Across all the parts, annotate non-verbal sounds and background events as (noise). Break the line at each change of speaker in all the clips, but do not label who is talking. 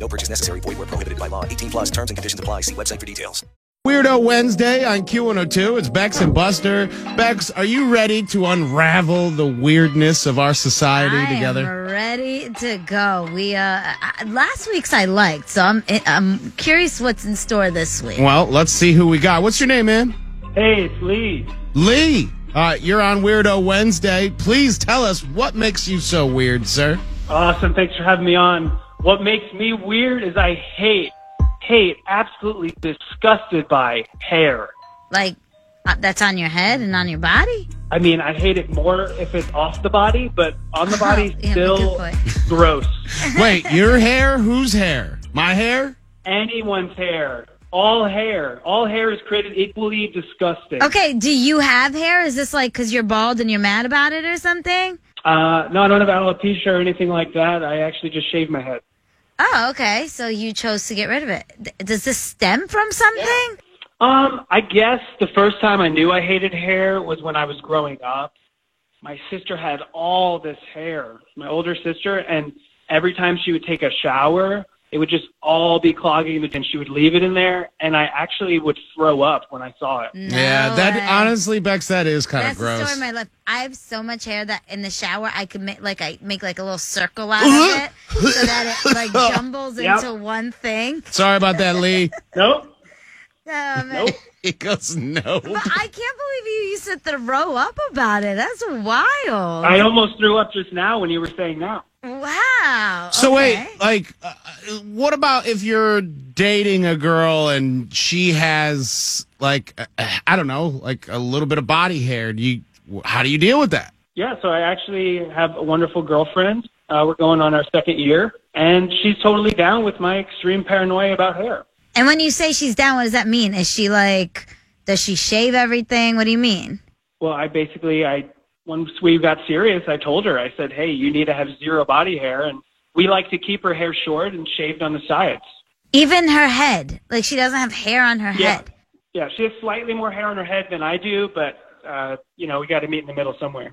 No purchase necessary. Void where prohibited by law. 18 plus terms and conditions apply. See website for details.
Weirdo Wednesday on Q102. It's Bex and Buster. Bex, are you ready to unravel the weirdness of our society
I
together?
am ready to go. We uh, I- last week's I liked, so I'm eh, I'm curious what's in store this week.
Well, let's see who we got. What's your name, man?
Hey, it's Lee.
Lee. Uh, you're on Weirdo Wednesday. Please tell us what makes you so weird,
(laughs)
sir.
Awesome. Thanks for having me on. What makes me weird is I hate, hate, absolutely disgusted by hair.
Like uh, that's on your head and on your body.
I mean, I hate it more if it's off the body, but on the body,
(laughs) Yeah, good
still
point.
gross.
Wait, your hair? Whose hair? My hair?
Anyone's hair, all hair, all hair is created equally disgusting.
Okay, do you have hair? Is this like because you're bald and you're mad about it or something?
Uh, no, I don't have alopecia or anything like that. I actually just shaved my head.
Oh, okay. So you chose to get rid of it. Th- Does this stem from something?
Um, I guess the first time I knew I hated hair was when I was growing up. My sister had all this hair, my older sister, and every time she would take a shower, it would just all be clogging and she would leave it in there and I actually would throw up when I saw it.
No
yeah, that
way.
honestly, Bex, that is kind of
That's
gross.
the story of my life. I have so much hair that in the shower I could make like I make like a little circle out of it so that it like jumbles
Yep.
into one thing.
Sorry about that,
(laughs)
Lee.
Nope.
Oh, man.
Nope.
he goes, no.
But I can't believe you used to throw up about it. That's wild.
I almost threw up just now when you were saying that.
wow.
So
okay.
wait, like, uh, what about if you're dating a girl and she has like, uh, I don't know, like a little bit of body hair? Do you, how do you deal with that? (laughs)
Yeah, so I actually have a wonderful girlfriend. Uh, we're going on our second year and she's totally down with my extreme paranoia about hair.
And when you say she's down, what does that mean? Is she like, does she shave everything? What do you mean?
Well, I basically, I once we got serious, I told her, I said, "Hey, you need to have zero body hair," and we like to keep her hair short and shaved on the sides.
Even her head, like she doesn't have hair on her
Yeah,
head.
yeah. She has slightly more hair on her head than I do, but uh, you know, we got to meet in the middle somewhere.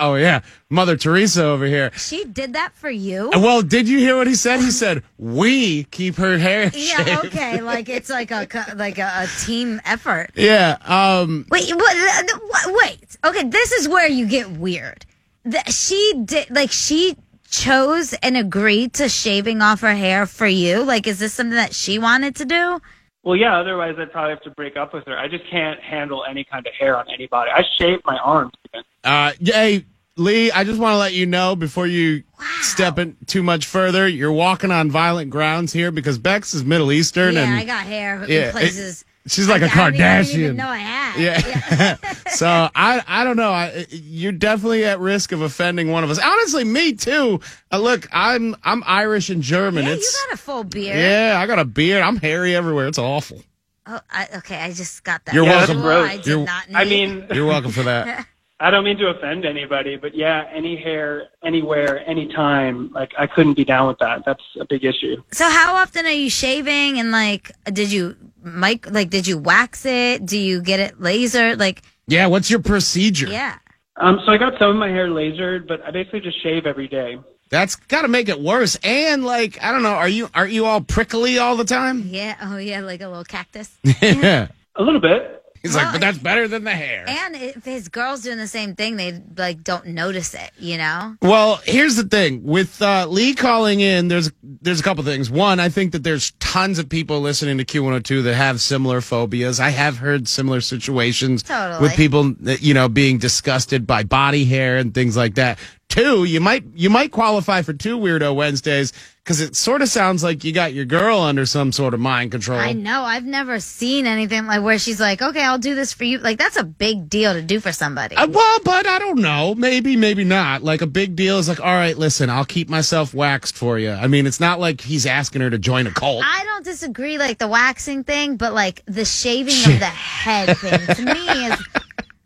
Oh yeah, Mother Teresa over here.
She did that for you.
Well, did you hear what he said? He said we keep her hair shaved.
Yeah. Okay. Like it's like a co- like a, a team effort.
(laughs) Yeah. Um.
Wait, what, what, wait. Okay, this is where you get weird. The, she did, like, she chose and agreed to shaving off her hair for you. Like, is this something that she wanted to do?
Well, yeah. Otherwise, I'd probably have to break up with her. I just can't handle any kind of hair on anybody. I shave my arms. Even.
Uh. Hey, Lee. I just want to let you know before you step in too much further, you're walking on violent grounds here because Bex is Middle Eastern and
yeah, I got hair in
yeah, it-
places.
she's like a
a I didn't
Kardashian.
even know I had.
Yeah. (laughs) so I I don't know. I, you're definitely at risk of offending one of us. Honestly, me too. Uh, look, I'm I'm Irish and German.
Yeah, you
it's
got a full beard.
yeah, I got a beard. I'm hairy everywhere. It's awful.
Oh, I, okay, I just got that.
You're welcome.
visual
Gross.
I did
You're-
not need.
I mean,
You're welcome for
(laughs)
that.
I don't mean to offend anybody, but yeah, any hair, anywhere, anytime, like I couldn't be down with that. That's a big issue.
so how often are you shaving? And like, did you mic? Like, did you wax it? Do you get it laser? Like,
Yeah. What's your procedure?
yeah.
Um, so I got some of my hair lasered, but I basically just shave every day.
That's got to make it worse. And like, I don't know. Are you are you all prickly all the time? (laughs)
Yeah. Oh, yeah. Like a little cactus.
Yeah.
A little bit.
He's
Well,
like, but that's better than the hair.
and if his girl's doing the same thing, they like don't notice it. You know.
Well, here's the thing with uh, Lee calling in. There's there's a couple things. One, I think that there's tons of people listening to Q102 that have similar phobias. I have heard similar situations
Totally.
with people, that, you know, being disgusted by body hair and things like that. two, you might you might qualify for two weirdo Wednesdays because it sort of sounds like you got your girl under some sort of mind control.
I know. I've never seen anything like where she's like, okay, I'll do this for you. Like, that's a big deal to do for somebody.
Uh, well, but I don't know. Maybe, maybe not. Like a big deal is like, all right, listen, I'll keep myself waxed for you. I mean, it's not like he's asking her to join a cult.
I don't disagree, like the waxing thing, but like the shaving of the head thing to me is.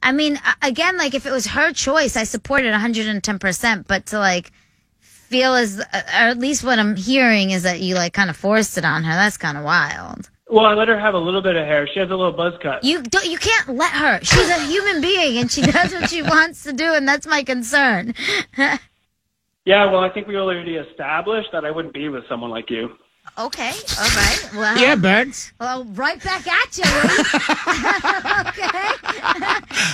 I mean, a- again, like if it was her choice, I support it 110%, but to like feel as, uh, or at least what I'm hearing is that you like kind of forced it on her. That's kind of wild.
Well, I let her have a little bit of hair. She has a little buzz cut.
You don't. You can't let her. She's a human being, and she does what she wants to do, and that's my concern. (laughs)
yeah, well, I think we already established that I wouldn't be with someone like you.
Okay. All right. Well.
yeah, Bex.
Well, right back at you. Lee. (laughs) okay.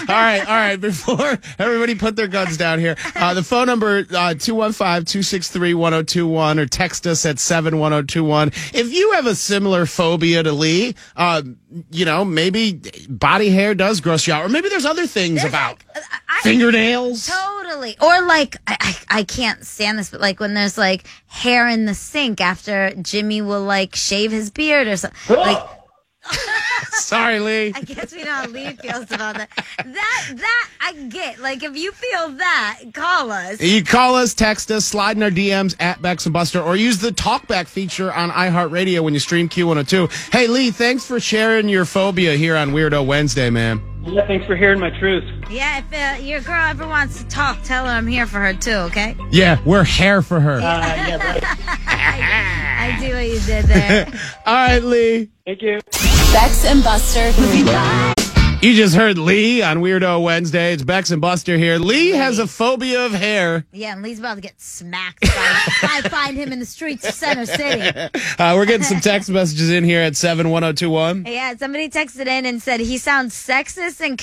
All right, all right. Before everybody put their guns down here, uh, the phone number uh, 215 263 1021 or text us at 71021. If you have a similar phobia to Lee, uh, you know, maybe body hair does gross you out, or maybe there's other things about
uh, I-
fingernails.
Totally. Or like, I, I, I can't stand this, but like when there's like hair in the sink after Jimmy will like shave his beard or something. Like,
Sorry, Lee.
I guess we know how Lee feels about that. That, that I get. Like, if you feel that, call us.
You call us, text us, slide in our DMs at Bex and Buster, or use the talkback feature on iHeartRadio when you stream Q102. Hey, Lee, thanks for sharing your phobia here on Weirdo Wednesday, man.
Yeah, thanks for hearing my truth.
Yeah, if uh, your girl ever wants to talk, tell her I'm here for her too, okay?
Yeah, we're hair for her.
Uh, yeah, right.
I do what you did there.
All right, Lee.
Thank you.
Bex and Buster.
You just heard Lee on Weirdo Wednesday. It's Bex and Buster here. Lee has a phobia of hair.
Yeah, and Lee's about to get smacked. If I, if I find him in the streets of Center City.
Uh, we're getting some text messages in here at 71021.
Yeah, somebody texted in and said he sounds sexist and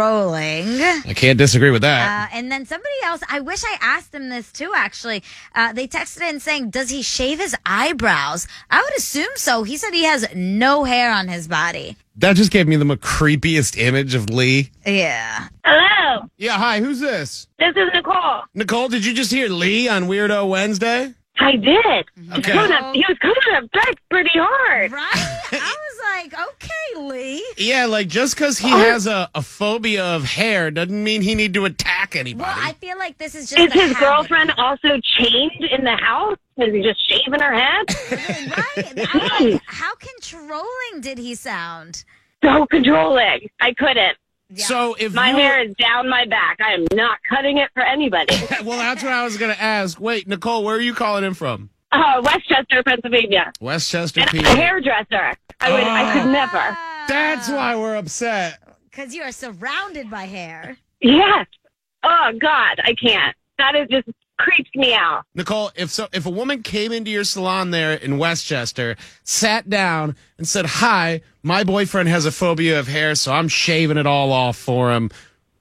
controlling.
I can't disagree with that.
Uh, and then somebody else, I wish I asked him this too, actually. Uh, they texted in saying, Does he shave his eyebrows? I would assume so. He said he has no hair on his body.
that just gave me the mo- creepiest image of Lee.
Yeah.
Hello,
Yeah, hi, who's this?
this is Nicole.
Nicole, did you just hear Lee on Weirdo Wednesday?
I did.
Okay.
Coming up, he was coming up back pretty hard.
Right? I was like, Okay, Lee.
Yeah, like just because
Oh.
he has a, a phobia of hair doesn't mean he need to attack anybody.
Well, I feel like this is just.
Is
a
his
habit.
girlfriend also chained in the house? Is he just shaving her head? (laughs)
Right? I'm like, how controlling did he sound?
so controlling. I couldn't.
So if
My
you were-
hair is down my back. I am not cutting it for anybody.
(laughs) well, that's what I was gonna ask. Wait, Nicole, where are you calling in from?
Uh, Westchester, Pennsylvania.
Westchester,
And I'm a
PA.
hairdresser. I would. I
Ah.
could never.
That's why we're upset.
Because Uh, you are surrounded by hair.
Yes. Oh God, I can't. That is just creeps me out.
Nicole, if so, if a woman came into your salon there in Westchester, sat down and said, "Hi, my boyfriend has a phobia of hair, so I'm shaving it all off for him,"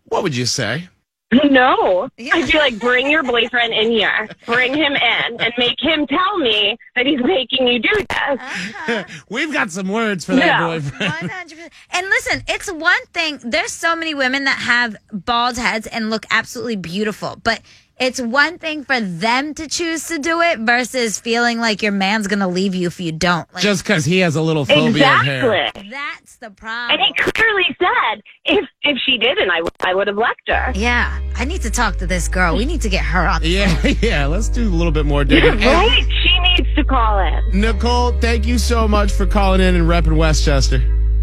what would you say?
No. I'd be like, bring your boyfriend in here. Bring him in and make him tell me that he's making you do this.
(laughs) We've got some words for that
No.
boyfriend. (laughs)
100%. And listen, it's one thing. There's so many women that have bald heads and look absolutely beautiful, but it's one thing for them to choose to do it versus feeling like your man's going to leave you if you don't. Like,
Just because he has a little phobia of hair.
Exactly.
that's the
And
problem.
he clearly said if if she didn't, I, w- I would have left her.
yeah, I need to talk to this girl. We need to get her on.
Yeah, (laughs) yeah. Let's do a little bit more
You're
digging. And
(laughs) right. She needs to call in. (laughs)
Nicole, thank you so much for calling in and repping Westchester.